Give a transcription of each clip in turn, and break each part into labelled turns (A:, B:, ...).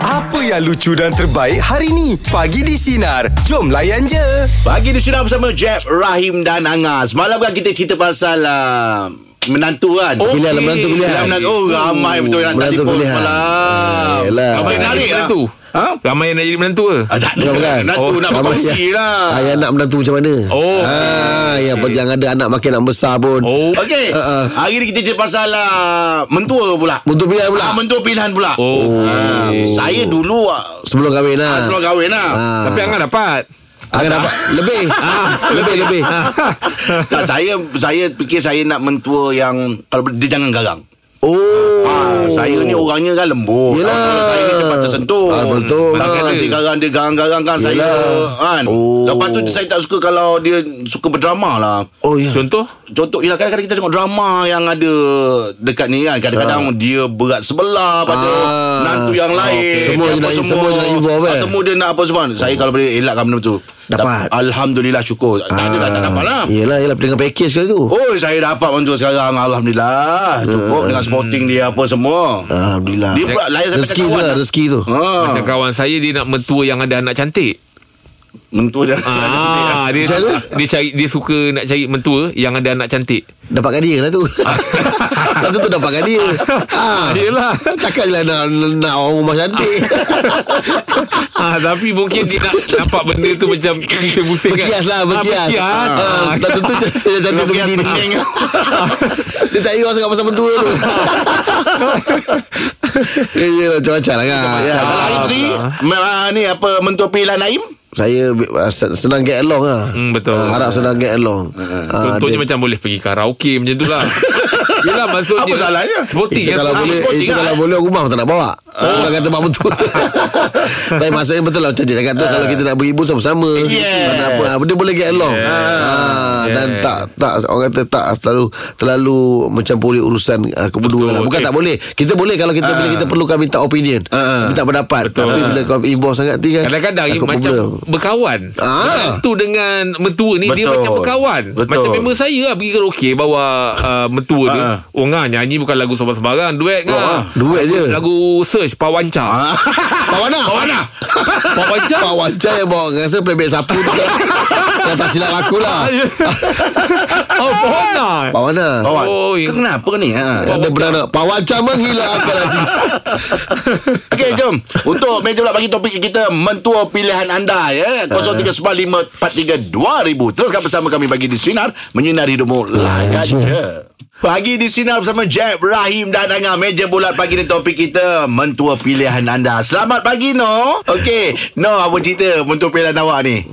A: Apa yang lucu dan terbaik hari ni? Pagi di Sinar. Jom layan je.
B: Pagi di Suram bersama Jeb, Rahim dan Anga. Semalam kan kita cerita pasal uh, menantu kan.
C: Oh, Pilihan lah,
B: Okey.
C: menantu pilihan.
B: menantu. Oh, ramai betul yang
C: Menantu
B: telefon
C: pilihan. Eh,
B: malam.
C: Yelah.
B: Apa yang
D: nak
B: menarik
D: jadi
B: lah.
D: menantu?
B: Ha?
D: Ramai yang nak jadi menantu ke?
B: Ah, tak ada.
C: Bukan, bukan.
B: Menantu
D: Oh,
B: nak
C: Abang
B: berkongsi
C: yang-
B: lah.
C: Ah, yang nak menantu macam mana?
D: Oh.
C: Ah, yang, yang ada anak makin nak besar pun.
D: Oh.
B: Okey.
C: Ah, ah.
B: Hari ni kita cerita pasal uh, mentua pula.
C: Untuk pilihan pula.
B: Ah, mentua pilihan pula.
D: Oh.
B: Ah, saya dulu ah,
C: Sebelum kahwin lah.
B: sebelum kahwin lah.
C: Ah.
D: Tapi Angah dapat.
C: Akan dapat lebih.
B: Ah,
C: lebih lebih.
B: tak saya saya fikir saya nak mentua yang kalau boleh, dia jangan garang.
C: Oh.
B: Ah, saya ni orangnya kan lembut.
C: Yelah.
B: Ah, Saya ni cepat tersentuh.
C: Ah, betul.
B: Takkan
D: Betul.
B: nanti garang dia garang-garang kan saya.
C: Yelah.
B: Kan?
C: Oh.
B: Lepas tu saya tak suka kalau dia suka berdrama lah.
C: Oh ya.
D: Contoh?
B: Contoh ialah kadang-kadang kita tengok drama yang ada dekat ni kan. Kadang-kadang dia berat sebelah pada
C: Ah.
B: menantu yang
C: Oh,
B: lain.
C: okey. Semua dia
B: Apa
C: nak- semua dia nak involve,
B: Ah,
C: eh? Oh.
B: Semua dia nak apa semua. Saya kalau boleh elakkan benda tu.
C: Dapat. Ah.
B: Dap- Alhamdulillah syukur. Tak ada lah, tak dapat lah.
C: Yelah, yelah dengan package kali tu.
B: Oh saya dapat mentua sekarang
C: Ah.
B: Alhamdulillah Cukup dengan sporting dia apa semua
C: Alhamdulillah.
B: Dia pula layak sampai
C: Rezeki tu
B: kawan
C: lah,
B: lah.
C: rezeki tu.
B: Ha.
D: Macam kawan saya dia nak mentua yang ada anak cantik.
B: Mentua dia.
D: Ah, dia
C: Macam mana?
D: dia cari dia suka nak cari mentua yang ada anak cantik.
C: Dapatkan dia lah tu. Lah tu tu dapatkan dia. Ah.
D: Yelah.
C: Cakap je lah nak, nak orang rumah cantik.
D: Ah, tapi mungkin dia nak dapat benda tu macam pusing-pusing kan.
C: Berkias lah, berkias.
D: Ah,
C: Ah,
D: berkias.
C: Tak tentu dia cantik tu
B: Dia
C: berdiri.
B: pening.
C: Dia tak kira sangat pasal mentua tu. Ya, ya, macam-macam lah kan.
B: Ya, Kalau hari ni ma- ni apa mentua pilihan Naim?
C: Saya uh, sen- senang get along lah.
D: Hmm, betul.
C: Ah, harap senang get along. Ah,
D: Contohnya
C: dia-
D: macam boleh pergi karaoke macam tu lah. Yelah maksudnya
B: Apa salahnya?
D: Sporting
C: itu
D: kan
C: kalau
D: Ah,
C: boleh
B: ikut
C: itu
B: tinggal,
C: kalau
B: eh.
C: boleh rumah pun tak nak bawa. Orang kata mak mentua. Tapi maksudnya betul lah macam dia cakap tu
D: Ah.
C: kalau kita nak beribu sama-sama.
B: Yes.
C: Tak nak apa. Dia boleh get along. Ah, dan
D: Yes.
C: tak tak orang kata tak terlalu terlalu mencampuri urusan ah,
D: Betul.
C: kedua lah. Bukan
D: Eh. Ah.
C: tak boleh. Kita boleh kalau kita bila kita perlukan minta opinion. Minta pendapat.
D: Betul. Ah.
C: Tapi bila kau involve sangat tinggi
D: Kadang-kadang ia macam berkawan.
C: Ah.
D: Menantu dengan mentua ni dia
B: Betul.
D: macam berkawan.
B: Betul.
D: Macam member saya lah pergi karaoke bawa uh, mentua dia.
B: Ah.
D: Oh ngah nyanyi bukan lagu sembarang-sembarang, duet ngah.
B: ah.
C: Duet je. Ah.
D: Lagu search Pawanca.
C: Pawana.
D: Pawana. Pawanca.
C: Pak Wajar yang bawa rasa pelebek sapu tu lah. Yang tak silap aku lah.
D: Oh Pawana.
C: Pak Wana.
B: Kawan.
D: Ah, ya. Oh, ya.
B: Kenapa ni? Ha.
C: Ada beranak. Pak Wajar menghilangkan hati.
B: Okey, jom. Untuk meja pula bagi topik kita mentua pilihan anda ya. 0395432000. Teruskan bersama kami bagi di sinar menyinari hidupmu layan je. Pagi di Sinar bersama Jeb, Rahim dan Angah Meja bulat pagi ni topik kita Mentua pilihan anda Selamat pagi No Okey No apa cerita Mentua pilihan awak ni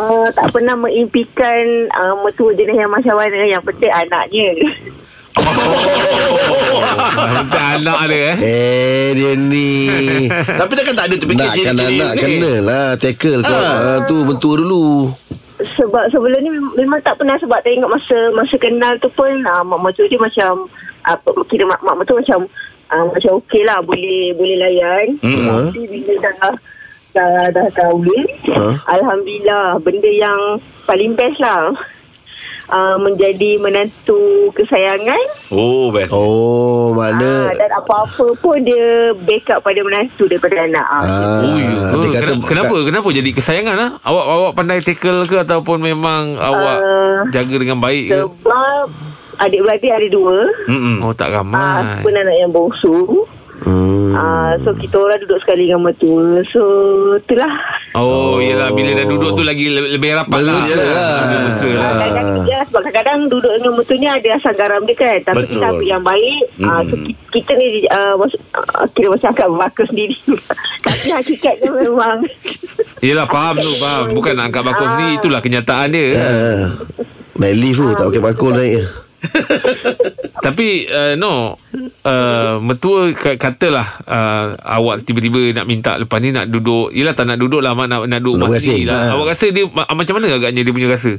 E: uh, tak pernah mengimpikan uh, mertua jenis yang macam mana yang penting anaknya.
D: Minta Ah, anak dia eh.
C: Eh, dia ni.
B: Tapi takkan tak ada terfikir
C: Nak kena nak kena lah tackle kau. Ah, tu bentua dulu.
E: Sebab sebelum ni mem- memang tak pernah sebab tengok masa masa kenal tu pun uh, mak mertua dia macam apa kira mak mak mertua macam uh, macam okey lah boleh boleh layan.
B: Hmm. Hmm.
E: Tapi bila dah dah dah kahwin,
C: Ha?
E: alhamdulillah benda yang paling best lah. Uh, menjadi menantu kesayangan
B: Oh best
C: Oh,
E: uh,
C: mana?
E: dan apa-apa pun dia backup pada menantu daripada anak. Uh.
C: Ah, dia
D: Oh, ya. Eh,
C: kata,
D: kenapa, kenapa kenapa jadi kesayangan ah? Awak awak pandai tackle ke ataupun memang awak
E: Ah,
D: jaga dengan baik ke?
E: Sebab adik-beradik ada dua.
B: Mm-mm.
D: Oh tak
E: Ah,
D: ramai.
E: aku pun anak yang bongsu.
C: Hmm.
E: Ah, so kita orang duduk sekali dengan mertua. So itulah.
D: Oh, yelah bila dah duduk tu lagi le- lebih rapat lah.
C: Berlesa lah.
D: Lebih Berlesa lah.
E: Kadang-kadang ya, sebab kadang-kadang duduk dengan mertua ni ada asam garam dia kan. Tapi
B: Betul.
E: kita ambil yang baik. Ah, so kita, kita ni ah, mas- ah, kira macam angkat bakar sendiri. Tapi hakikatnya memang
D: Yelah faham tu, faham. Bukan nak angkat bakul sendiri, itulah kenyataan dia.
C: Ah, Naik lift tu tak pakai bakul naik.
D: Tapi uh, no, uh, mertua ka- katalah uh, awak tiba-tiba nak minta lepas ni nak duduk. Yelah tak nak duduk lah, mak nak, nak
C: Nak
D: duduk rumah
C: berasing.
D: sendiri lah.
C: Ha.
D: Awak rasa dia ma- macam mana agaknya dia punya rasa?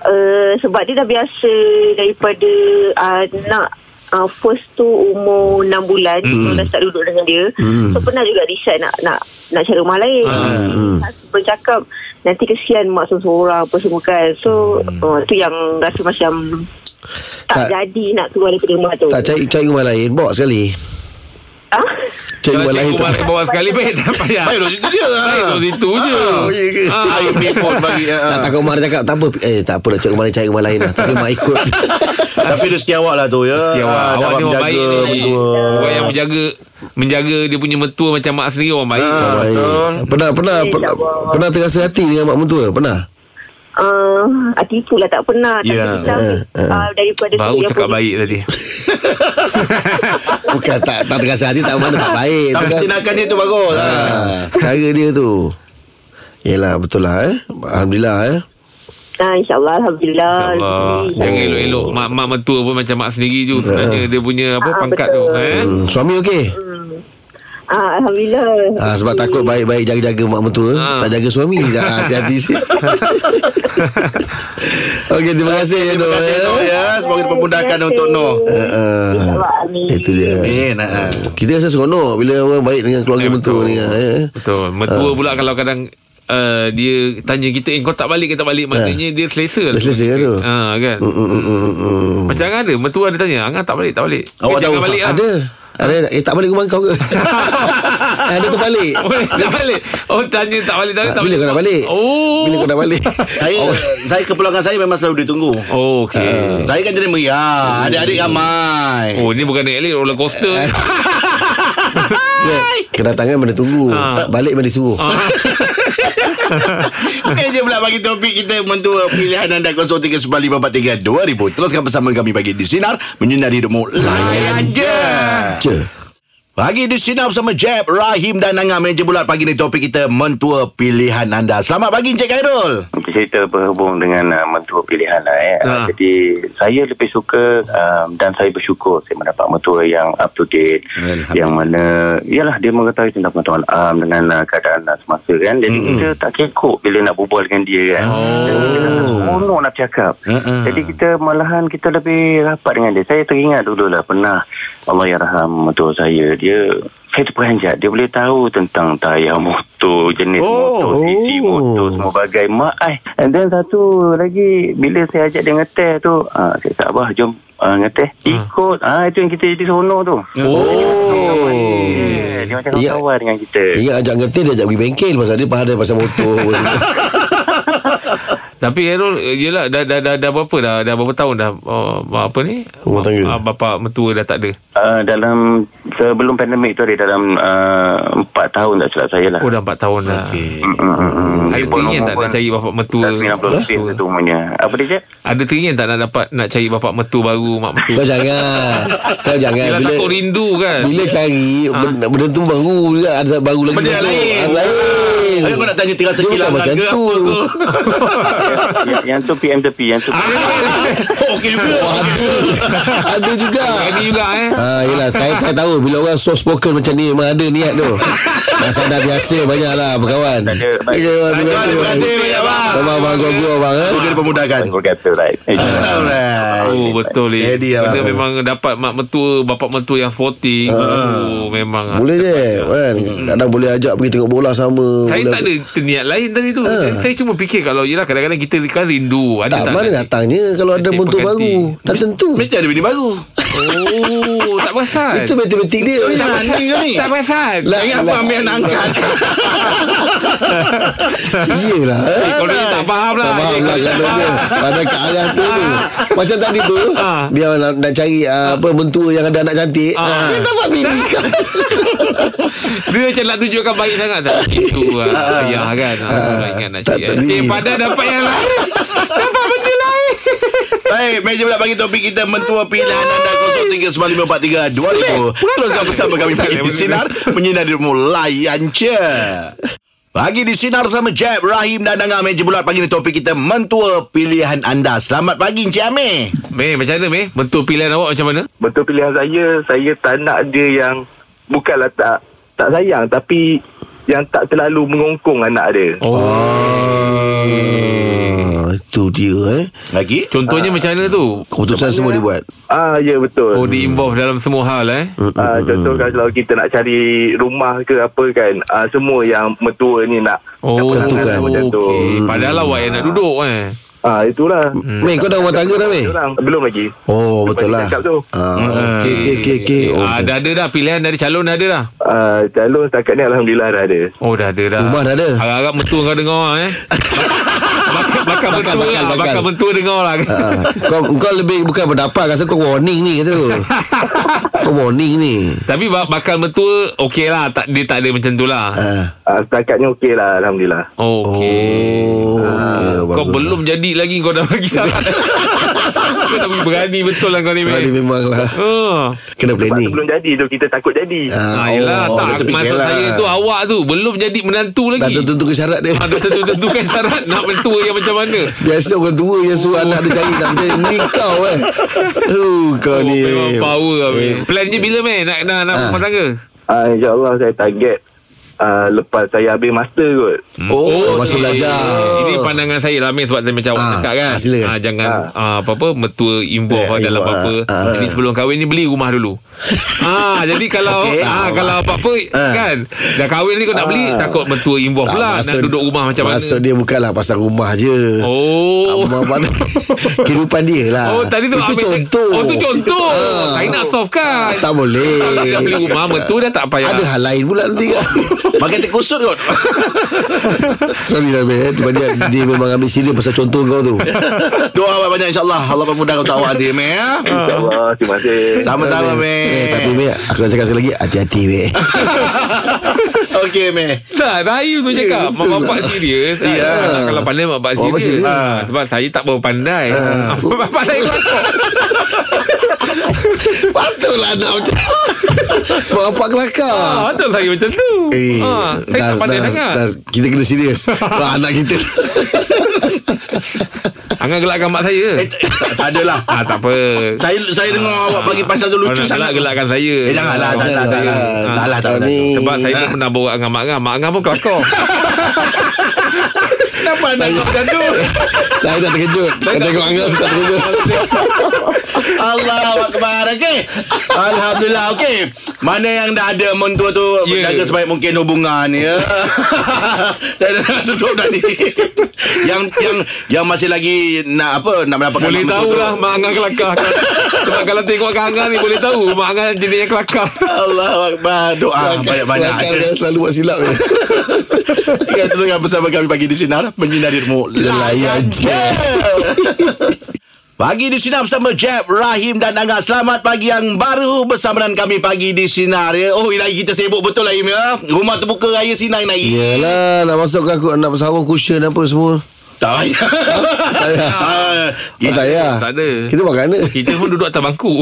E: Uh, sebab dia dah biasa daripada uh, nak uh, first tu umur 6 bulan
C: Hmm.
E: mm. dah start duduk dengan dia mm. so pernah juga decide nak nak nak cari rumah lain
C: Hmm.
E: mm. bercakap nanti kesian mak seorang apa semua kan so mm. uh, tu yang rasa macam
C: Hmm. Tak-
E: tak, tak jadi nak keluar daripada rumah tu
C: Tak cari cari rumah lain, bawa sekali.
E: ha?
C: Cikgu
D: Kalau
C: Walahir
D: cikgu
C: tak-
D: Walahir bawa sekali Baik tak payah
B: Baik duduk situ dia.
D: Baik duduk situ je
C: Ah, ya ke?
D: Ah.
B: Air pun bagi. ah.
C: Tak takut Umar cakap Tak apa Eh tak apa dah Cik Umar ni cari rumah lain lah Tapi Mak ikut
B: Tapi rezeki awak lah tu ya.
D: Ya, awak,
B: Ah,
D: awak ni orang baik
B: menjaga
D: ni.
B: mentua.
D: Orang yang menjaga menjaga dia punya mentua macam mak sendiri orang baik. Ha.
B: Ah.
C: Baik.
B: Betul.
C: Pernah pernah
E: Eh,
C: pernah,
E: tak apa.
C: pernah terasa hati dengan mak mentua Pernah
E: Uh, tipu lah tak pernah Tapi
B: Ya.
E: kita ambil,
C: Eh, eh.
E: ah, Daripada
D: Baru
E: sudut yang
D: cakap
E: positif.
D: baik tadi.
C: Bukan tak tak terasa hati Tak mana tak baik
B: Tapi
C: Itu
D: lah.
C: kan-
B: tindakan dia tu bagus. ah.
C: Ah, Cara dia tu Yelah betul lah eh Alhamdulillah eh
E: ah, InsyaAllah Alhamdulillah
D: InsyaAllah.
E: Rezeki.
D: Jangan
C: Oh.
D: elok-elok mak mak mentua pun macam mak sendiri
C: Ya.
D: tu sebenarnya dia punya apa
E: Ah,
D: pangkat tu
E: betul.
D: eh.
C: hmm, Suami okey
E: ah, Alhamdulillah
C: ah, Sebab takut baik-baik Jaga-jaga mak mentua
D: Ah.
C: Tak jaga suami Ah, Hati-hati Okey terima kasih ya,
B: Terima
C: Noh,
B: kasih
C: eh.
B: Noh ya. Semoga dipermudahkan
E: Terima
B: untuk
E: kasih.
B: Noh.
C: Ah, ah.
E: InsyaAllah, amin.
C: Itu dia
B: Amin. ah.
C: Kita rasa seronok Bila orang baik dengan keluarga
D: Eh,
C: mentua ni ah, eh.
D: Betul. Mentua pula kalau kadang uh, dia tanya kita eh kau tak balik ke tak
C: Ya.
D: balik maknanya dia selesa.
C: Dah selesai kan tu
D: Ha kan.
C: Mm, mm, mm, mm, mm.
D: Macam ada mentua ada tanya Angah tak balik tak balik.
B: Awak
D: Eh, jangan
B: tahu,
D: balik lah.
C: Ada ada eh, tak balik rumah kau ke? Eh, ada terbalik.
D: Boleh tak balik. Oh tanya tak balik tak balik. tak
C: Bila kau nak balik?
D: Oh.
C: Bila kau nak balik?
B: Saya saya kepulangan saya memang selalu ditunggu.
C: Ah.
D: Oh, okey.
B: Saya kan jadi meriah. Adik-adik ramai.
D: Oh, ni bukan naik lift roller coaster.
C: Eh. Kedatangan benda tunggu
D: Ah.
C: Balik benda suruh
D: Oh.
B: Meja Eh, pula bagi topik kita mentua pilihan anda 0395432000. Teruskan bersama kami bagi di Sinar. Menyinari hidupmu. Layan je.
C: Je
F: Eh.
B: Pagi di Sinar bersama Jeb, Rahim dan Angah Meja Bulat Pagi ni topik kita Mentua Pilihan Anda Selamat pagi Encik Khairul
F: Untuk cerita berhubung dengan uh, mentua pilihan lah eh.
D: Ha.
F: Ha. Jadi saya lebih suka um, dan saya bersyukur saya mendapat mentua yang up to date
B: Alhamdulillah.
F: yang mana ialah dia mengetahui tentang pengetahuan alam dengan uh, keadaan uh, semasa kan. Jadi mm-hmm. kita tak kekok bila nak berbual dengan dia kan. Oh. Dan kita rasa seronok nak bercakap.
B: Mm-mm.
F: Jadi kita malahan kita lebih rapat dengan dia. Saya teringat dululah pernah Allah ya raham mentua saya dia saya terperanjat dia boleh tahu tentang tayar motor jenis
B: Oh.
F: motor sisi motor semua bagai mak ai and then satu lagi bila saya ajak dia ngeteh tu ah saya tak abah jom ah, ngeteh ikut ah itu yang kita jadi seronok tu
B: Oh
F: yeah. dia macam
C: Ya.
F: kawan dengan kita
C: Ingat ajak ngerti Dia ajak pergi bengkel Pasal dia faham pasal motor apa semua.
D: Tapi Hairul eh, Yelah dah, dah, dah, dah berapa dah Dah berapa tahun dah oh, Apa ni
C: Rumah tangga.
D: Ah, Bapa mentua dah tak ada
F: Ah, dalam sebelum pandemik tu ada dalam ah, empat tahun tak silap saya lah Mm,
D: Oh dah 4 tahun dah okay. Ada teringin tak nak cari bapa mentua
F: Dah 90 lebih tu umurnya Apa dia cakap?
D: Ada teringin tak nak dapat Nak cari bapa mentua baru Mak
C: Kau
D: mentua
C: jangan Kau jangan
D: Yelah takut rindu kan
C: bila cari benda, benda tu baru juga Ada baru lagi
B: Benda yang
C: masuk.
B: lain.
C: Ada lain
B: Aku nak tanya tinggal
C: Dia
B: sekilas
C: bukan macam
B: harga
C: tu
B: apa ke?
F: yang, yang tu PM tepi Yang tu
D: Ah.
B: Oh, Okey juga
C: Oh, Ada Ada juga
D: Ini juga eh
C: Ah, yelah, saya, saya tahu Bila orang soft spoken macam ni Memang ada niat tu Masa dah biasa Banyak lah berkawan
F: Tak ada.
C: Ya,
B: Terima kasih
C: Terima kasih
B: banyak bang
C: Abang abang gua abang eh.
B: Semoga dipermudahkan
F: berkata right
B: Alright
D: Oh betul eh.
B: Steady lah,
D: Benda
B: bang.
D: memang dapat mak mentua, bapak mentua yang sporting.
C: Ah.
D: Uh, oh, memang.
C: Boleh je kan Kadang boleh ajak pergi tengok bola sama
D: Hmm. Saya
C: Boleh-
D: tak ada niat lain tadi tu. Saya, saya cuma fikir kalau yelah kadang-kadang kita kan rindu.
C: Ah.
D: Ada
C: Tak,
D: tak,
C: mana
D: nanti?
C: datangnya Kalau ada
D: Nanti
C: bentuk
D: pengganti.
C: baru Dah tentu
B: Mesti ada bini baru
D: Oh, tak perasan.
C: Itu matematik dia
B: Nak mandi
G: kan
B: ke ni
D: kan? tak perasan.
C: Lah,
B: Ingat apa
C: lah.
B: ambil nak angkat
C: Iyalah eh.
D: Eh, Kalau dia tak faham lah.
C: Tak faham lah kalau dia Pada ke arah tu tu Macam tadi tu
D: Ah.
C: Biar nak, nak cari ah, apa Mentua yang ada anak cantik
D: Ha.
C: Ah, Dia dapat bini kan?
D: Dia macam nak tunjukkan baik sangat tak? Itu lah. Ayah kan. Aku nak ingat nak
C: tak
D: cakap.
C: tadi.
D: Eh, pada dapat yang lain. dapat benda lain.
B: Baik, meja pula bagi topik kita Mentua pilihan anda 0395432000 Teruskan bersama kami Pagi di Sinar Menyinari rumah layan je Pagi di Sinar bersama Jeb, Rahim dan Angah Meja Bulat Pagi ni topik kita Mentua pilihan anda Selamat pagi Encik Amir
D: Meh, macam mana Meh? Bentuk pilihan awak macam mana?
G: Betul pilihan saya Saya tak nak dia yang Bukanlah tak Tak sayang Tapi Yang tak terlalu mengongkong anak dia
D: Oh.
C: ah, Itu dia eh
B: Lagi?
D: Contohnya macam mana tu?
C: Keputusan semua dia buat
G: Ah ya betul
D: Oh di involve dalam semua hal eh
C: Mm,
G: ah, Contoh kalau kita nak cari Rumah ke apa kan ah, Semua yang Mertua ni nak
D: Oh
G: nak
C: tentukan.
G: macam tu
D: okey. Padahal awak yang nak duduk eh
G: Ah itulah.
C: Mei kau dah rumah tangga dah Mei
G: Orang belum lagi.
C: Oh
G: Lepas
C: betul
G: dia
C: lah
G: lah. cakap tu.
C: ah, Okey okey okey okay.
D: Okay.
C: oh,
D: Ah, dah ada dah pilihan dari calon dah ada dah.
G: Ah calon setakat ni alhamdulillah dah ada.
D: Oh dah ada dah.
C: Rumah dah ada.
D: Harap-harap mentua kau dengar ah, eh. Bakar, bakar,
C: Bakar,
D: bakar mentua
C: bakar,
D: lah.
C: bakar.
D: Bakar mentua dengar lah.
C: Ah, kau, kau lebih bukan berdapat Rasa kau warning ni kata tu Kau warning ni
D: Tapi bak- bakal mentua okey lah. Tak, dia tak ada macam tu lah.
C: ah.
G: Ah setakat ni okey lah alhamdulillah.
D: Okey. Ah.
C: Oh okay,
D: Kau belum jadi lagi kau dah bagi syarat. kau dah berani betul lah kau ni.
C: Tadi
D: Mei.
C: memang lah
D: Oh.
C: Kena
G: Sebab
C: planning
G: tu belum jadi tu kita takut jadi.
D: Ah, yelah,
C: oh,
D: tak
C: dia
D: maksud
C: terfikirlah.
D: saya tu awak tu belum jadi menantu
C: Dah
D: lagi.
C: tentu ke syarat dia
D: Ah, dah tentu tentukan syarat nak mentua yang macam mana.
C: Biasa orang tua yang
D: Oh.
C: suruh anak dia cari tak macam ni kau eh. Oh, kau
D: Oh,
C: ni.
D: memang power lah
C: Eh,
D: eh. Plan je bila meh nak nak nak
C: Ah.
D: rumah tangga.
G: Ah insyaallah saya target ah lepas saya habis master kot.
C: Oh, masa
D: eh,
C: belajar.
D: Ini pandangan saya lah Meh sebab saya macam awak
C: Ah,
D: cakap kan.
C: ah, silakan.
D: Ah, jangan ah, apa-apa metua involve
C: Eh,
D: lah dalam
C: involve,
D: apa-apa.
C: ah, ah.
D: Jadi sebelum kahwin ni beli rumah dulu. ah, jadi kalau
C: Okey. Ah.
D: ah, kalau apa-apa kan dah kahwin ni kau nak beli takut metua involve
C: tak,
D: pula lah, nak
C: maksud-
D: duduk rumah macam mana.
C: Maksud dia bukanlah pasal rumah je.
D: Oh.
C: Abang-abang Kehidupan dia lah
D: Oh tadi tu
C: Itu
D: habis-
C: contoh
D: Oh tu contoh
C: Ah.
D: Saya nak soft kan
C: Tak boleh
D: Kalau dah beli rumah Mertua dah tak payah
C: Ada hal lain pula nanti kan
B: Makan terkusut kot
C: Sorry lah Ben Sebab dia, dia memang ambil serius Pasal contoh kau tu
B: Doa awak banyak insyaAllah Allah permudah untuk awak dia Meh ya.
D: Ah.
G: Insyaallah terima kasih.
B: Sama-sama
C: Eh, Tapi
B: Meh
C: Meh Aku nak cakap sekali lagi Hati-hati Meh
B: Okey Meh
D: Tak Rahim Lah, tu cakap Mak
C: betul
D: bapak
C: lah.
D: serius Ah,
C: Ya.
D: ah, Kalau pandai mak bapak
C: Mak bapak
D: serius
C: serius.
D: Ah, Sebab saya tak berapa pandai Ah, Mak bapak saya kotor.
C: Patutlah nak macam Mak bapak kelakar
D: Ah, Betul saya macam tu
C: Eh,
D: Ah, Saya tak pandai sangat
C: kita kena serius. Wah, anak kita.
D: Angan gelakkan mak saya
B: Eh, Tak tak adalah
D: Ah, Tak apa
B: Saya saya dengar awak bagi pasal tu
D: Kalau
B: lucu
D: nak Ah. gelak
B: sangat
D: gelakkan saya
B: Eh janganlah Tak tak tak
C: Ah,
B: Tak lah tak
C: kau
B: lah
C: ni.
D: Sebab saya pun pernah borak dengan Mak Angah Mak Angah pun kelakar
B: Kenapa nak buat macam tu
C: Saya tak terkejut. Saya tengok Angga saya tak terkejut.
B: Allah Akbar Okey Alhamdulillah Okey Mana yang dah ada mentua tu
D: Ya.
B: Jaga sebaik mungkin hubungan ya. Saya dah tutup tadi Yang yang yang masih lagi Nak apa Nak mendapatkan
D: Boleh
B: nama
D: tahu
B: mentua tu.
D: lah Mak Angah kelakar Sebab kalau tengok Kak Angah ni Boleh tahu Mak Angah jenis yang kelakar
B: Allah Akbar Doa
C: Ah,
B: banyak-banyak
C: Kelakar dia selalu buat silap. je.
B: Kita tengah bersama kami Pagi di Sinar Menyinari Remu Layan je Pagi di Sinar bersama Jeb, Rahim dan Angga. Selamat pagi yang baru bersama dengan kami pagi di Sinar. Ya. Oh, Ilahi kita sibuk betul lah, Im. Ya. Rumah terbuka raya Sinar, Ilahi.
C: Ya. Yelah, nak masuk ke aku, nak sarung cushion apa semua.
B: Tak payah.
C: Tak payah.
B: Ah,
C: Oh, tak payah.
D: Tak ada.
C: Kita buat kat mana?
D: Kita pun duduk atas bangku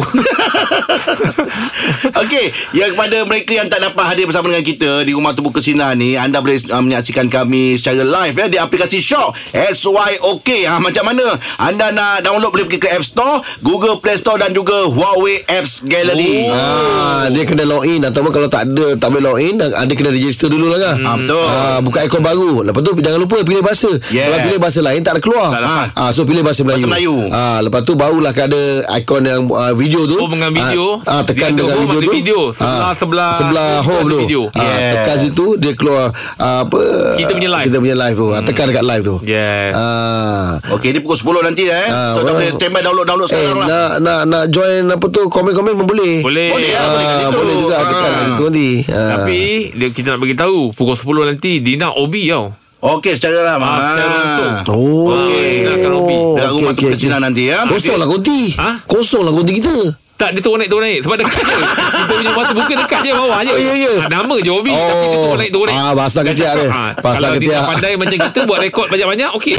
B: Okey, yang kepada mereka yang tak dapat hadir bersama dengan kita di Rumah Terbuka Sinar ni, anda boleh uh, menyaksikan kami secara live ya di aplikasi Shock SYOK. Ha, macam mana? Anda nak download boleh pergi ke App Store, Google Play Store dan juga Huawei Apps Gallery. Oh.
C: Ah, dia kena login ataupun kalau tak ada tak boleh login ada kena register dulu lah kan.
D: Hmm,
B: Ah, betul.
C: Ah, buka ikon baru. Lepas tu jangan lupa pilih bahasa.
B: Yes.
C: Kalau pilih bahasa lain tak ada keluar.
D: Tak dapat.
C: Ah, so pilih bahasa Melayu.
B: Bahasa Melayu.
C: Ah, lepas tu barulah ada ikon yang ah, video tu.
D: Oh, dengan video.
C: Ah, ah tekan
D: Dia ada
C: dengan
D: home,
C: video
D: ada
C: tu.
D: video. Sebelah-
C: Ah,
D: sebelah
C: sebelah
D: tu
C: home
D: ada
C: tu.
D: video.
C: Ah,
B: Yes.
C: tekan situ dia keluar ah, apa
D: Kita punya live. Hmm.
C: Kita punya live tu. Ah, tekan dekat live tu.
D: Yes.
C: Ah.
B: Okey, ni pukul 10 nanti eh.
C: Ah,
B: so, tak
C: orang-
B: boleh standby download-download
C: Eh,
B: sekarang lah.
C: nak nak nak join apa tu komen-komen pun boleh.
D: Boleh,
B: Boleh lah, boleh kat
C: Ah,
B: situ.
C: boleh juga tekan
B: Ah.
C: kat situ nanti. Ah.
D: Tapi dia, Kita nak bagi tahu Pukul 10 nanti Dina Obi tau
B: Okey, secara lah.
D: Ah, secara langsung.
B: Ah.
C: Oh.
D: Okey, nak akan Robi.
C: Okey,
B: Dekat rumah
C: okey,
B: terbuka
C: okey.
B: Sinar nanti ya.
C: Kosong lah konti
D: Ha?
C: Kosong lah konti kita
D: Tak dia turun naik turun naik Sebab dekat je Kita punya waktu buka dekat je Bawah je
C: Oh, ya, ya.
D: Ah, Nama je Obi Tapi dia turun naik turun naik
C: Ah, bahasa ketiak dia
D: Ah,
C: Bahasa
D: Kalau dia
C: ketiak
D: tak pandai macam kita Buat rekod banyak-banyak Okey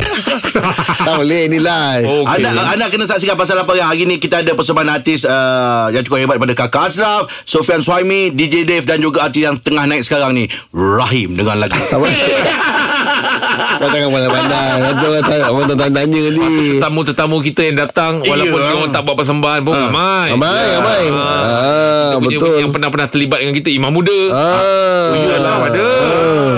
C: Tak boleh ni live
D: Oh. Okey.
B: Okay. Anda, anda kena saksikan pasal apa yang hari ni kita ada persembahan artis uh, yang cukup hebat daripada Kakak Azraf, Sofian Suhaimi, DJ Dave dan juga artis yang tengah naik sekarang ni, Rahim dengan lagu.
C: Tak boleh Kau jangan pandai-pandai Nanti orang tanya Orang tanya-tanya ni
D: Tetamu-tetamu kita yang datang Walaupun
B: Ya.
D: dia orang tak buat persembahan pun Ramai
C: Ah. Ramai Ramai
D: Ah.
C: Ah,
D: Kita punya
C: Betul
D: Yang pernah-pernah terlibat dengan kita Imam muda
C: Ah,
D: Yalah ada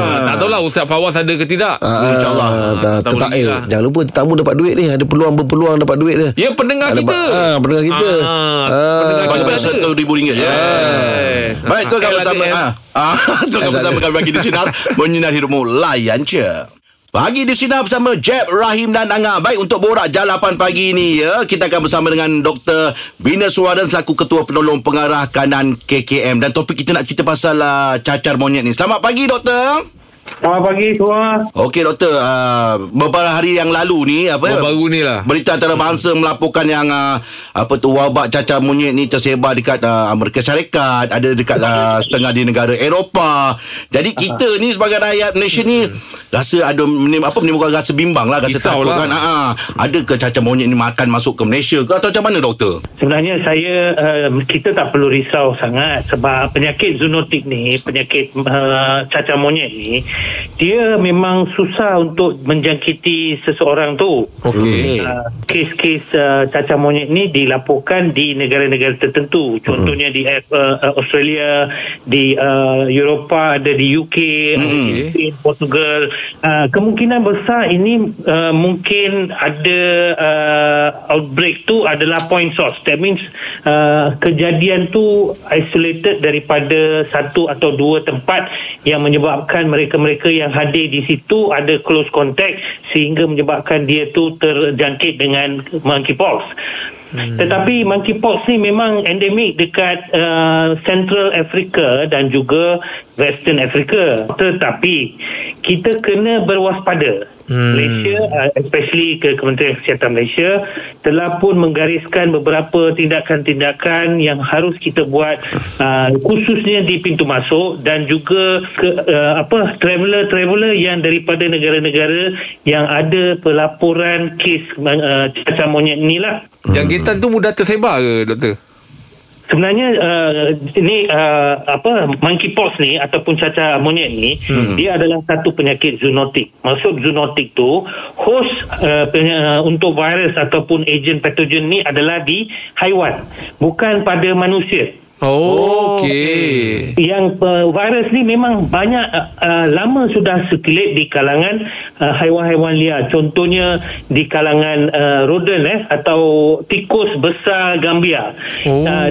D: Ah, Tak tahulah Ustaz Fawaz ada ke tidak
C: Ah,
B: InsyaAllah.
C: dah,
D: tak tahu
C: tetap,
D: lagi
C: eh,
D: lah.
C: jangan lupa tetamu dapat duit ni Ada peluang berpeluang dapat duit dia
D: Ya pendengar
C: Ada
D: kita
C: ba- ah, pendengar kita.
D: ah,
C: Ah.
D: Pendengar
B: Sebab
D: kita
B: lepas
D: ada.
B: satu ribu ringgit. lah Yeah.
D: Yes.
B: Eh. Baik, tu
D: L
B: akan
D: ada
B: bersama.
D: L.
B: Ah, ah, tu akan bersama kami bagi di sinar. Menyinar hidupmu layan je. Pagi di Sinar bersama Jeb, Rahim dan Angah. Baik, untuk borak jalapan pagi ini, ya, kita akan bersama dengan Dr. Bina Suwadan selaku Ketua Penolong Pengarah Kanan KKM. Dan topik kita nak cerita pasal uh, cacar monyet ni. Selamat pagi, Doktor.
G: Selamat pagi semua.
B: Okey, Doktor. Uh, beberapa hari yang lalu ni, apa ya?
D: Baru-baru ni lah.
B: Berita antarabangsa melaporkan yang uh, apa tu wabak cacar monyet ni tersebar dekat uh, Amerika Syarikat, ada dekat uh, setengah di negara Eropah. Jadi kita ni sebagai rakyat Malaysia ni rasa ada menim, apa menimbulkan rasa bimbang lah, rasa
D: Hmm. Risau
B: takut
D: lah.
B: kan. Ha, ada ke cacar monyet ni makan masuk ke Malaysia ke atau macam mana doktor?
H: Sebenarnya saya uh, kita tak perlu risau sangat sebab penyakit zoonotik ni, penyakit uh, cacar monyet ni, dia memang susah untuk menjangkiti seseorang tu.
D: Okey.
H: Uh, kes-kes uh, cacar monyet ni dilaporkan di negara-negara tertentu. Contohnya di uh, uh, Australia, di uh, Eropah, ada di UK, ada di Portugal. Uh, kemungkinan besar ini uh, mungkin ada uh, outbreak tu adalah point source. That means uh, kejadian tu isolated daripada satu atau dua tempat yang menyebabkan mereka-mereka yang hadir di situ ada close contact sehingga menyebabkan dia tu terjangkit dengan monkeypox. Hmm. Tetapi monkeypox ni memang endemik dekat uh, Central Africa dan juga Western Africa. Tetapi kita kena berwaspada. Hmm. Malaysia uh, especially ke Kementerian Kesihatan Malaysia telah pun menggariskan beberapa tindakan-tindakan yang harus kita buat uh, khususnya di pintu masuk dan juga ke, uh, apa traveler-traveler yang daripada negara-negara yang ada pelaporan kes uh, cacar monyet ni lah.
D: Hmm. Jangkitan tu mudah tersebar ke doktor?
H: Sebenarnya uh, ini uh, apa monkeypox ni ataupun cacar monyet ni hmm. dia adalah satu penyakit zoonotik. Maksud zoonotik tu host uh, penya, untuk virus ataupun ejen patogen ni adalah di haiwan bukan pada manusia.
D: Oh, okey.
H: Yang uh, virus ni memang banyak uh, uh, lama sudah sirkulat di kalangan uh, haiwan-haiwan liar. Contohnya di kalangan uh, rodent eh atau tikus besar Gambia.
D: Oh.
H: Uh,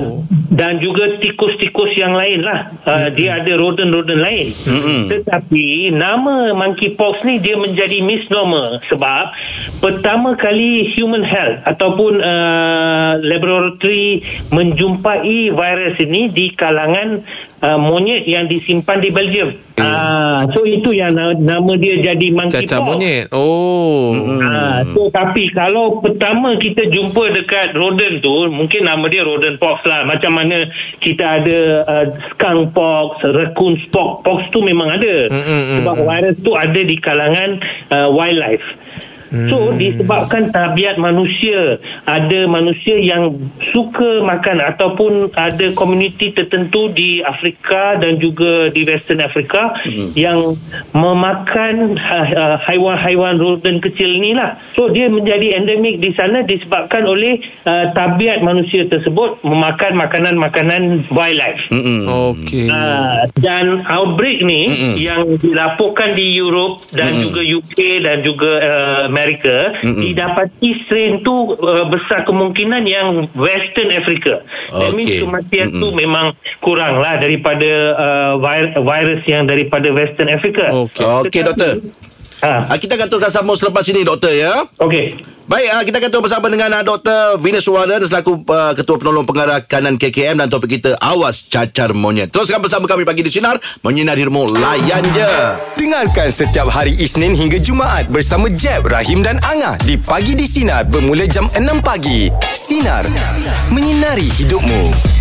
H: dan juga tikus-tikus yang lain lah. Uh,
D: Hmm.
H: Dia ada rodent-rodent lain. Mm-hmm. Tetapi nama monkeypox ni dia menjadi misnomer sebab pertama kali human health ataupun uh, laboratory menjumpai virus ini di kalangan uh, monyet yang disimpan di Belgium.
D: Hmm.
H: Ah, so itu yang na- nama dia jadi monkeypox.
D: Cacar monyet. Oh.
H: Ah, so, tapi kalau pertama kita jumpa dekat rodent tu mungkin nama dia rodent pox lah macam mana kita ada uh, skunk pox raccoon pox pox tu memang ada
D: Mm, mm, mm,
H: sebab
D: mm.
H: virus tu ada di kalangan uh, wildlife So disebabkan tabiat manusia ada manusia yang suka makan ataupun ada komuniti tertentu di Afrika dan juga di Western Afrika hmm. yang memakan ha- ha- haiwan-haiwan rodent kecil ni lah. So dia menjadi endemik di sana disebabkan oleh uh, tabiat manusia tersebut memakan makanan-makanan wildlife.
B: Mm-mm.
D: Okey.
H: Ah, dan outbreak ni Mm-mm. yang dilaporkan di Europe dan Mm-mm. juga UK dan juga uh, Amerika Mm-mm. didapati strain tu uh, besar kemungkinan yang Western Africa. That means
B: Okey.
H: kematian
B: Mm-mm.
H: Mm-mm. tu memang kurang lah daripada uh, vir- virus yang daripada Western Africa.
D: Okey.
B: Okey, doktor.
H: Ah,
B: Ah, kita akan teruskan sambung selepas ini, doktor, ya.
H: Okey.
B: Baik, uh, kita akan terus bersama dengan uh, Dr. Venus Suwara selaku uh, Ketua Penolong Pengarah Kanan KKM dan topik kita Awas Cacar Monyet. Teruskan bersama kami pagi di Sinar, menyinari rumah layan je.
A: Dengarkan setiap hari Isnin hingga Jumaat bersama Jeb, Rahim dan Angah di Pagi di Sinar bermula jam 6 pagi. Sinar. Menyinari hidupmu.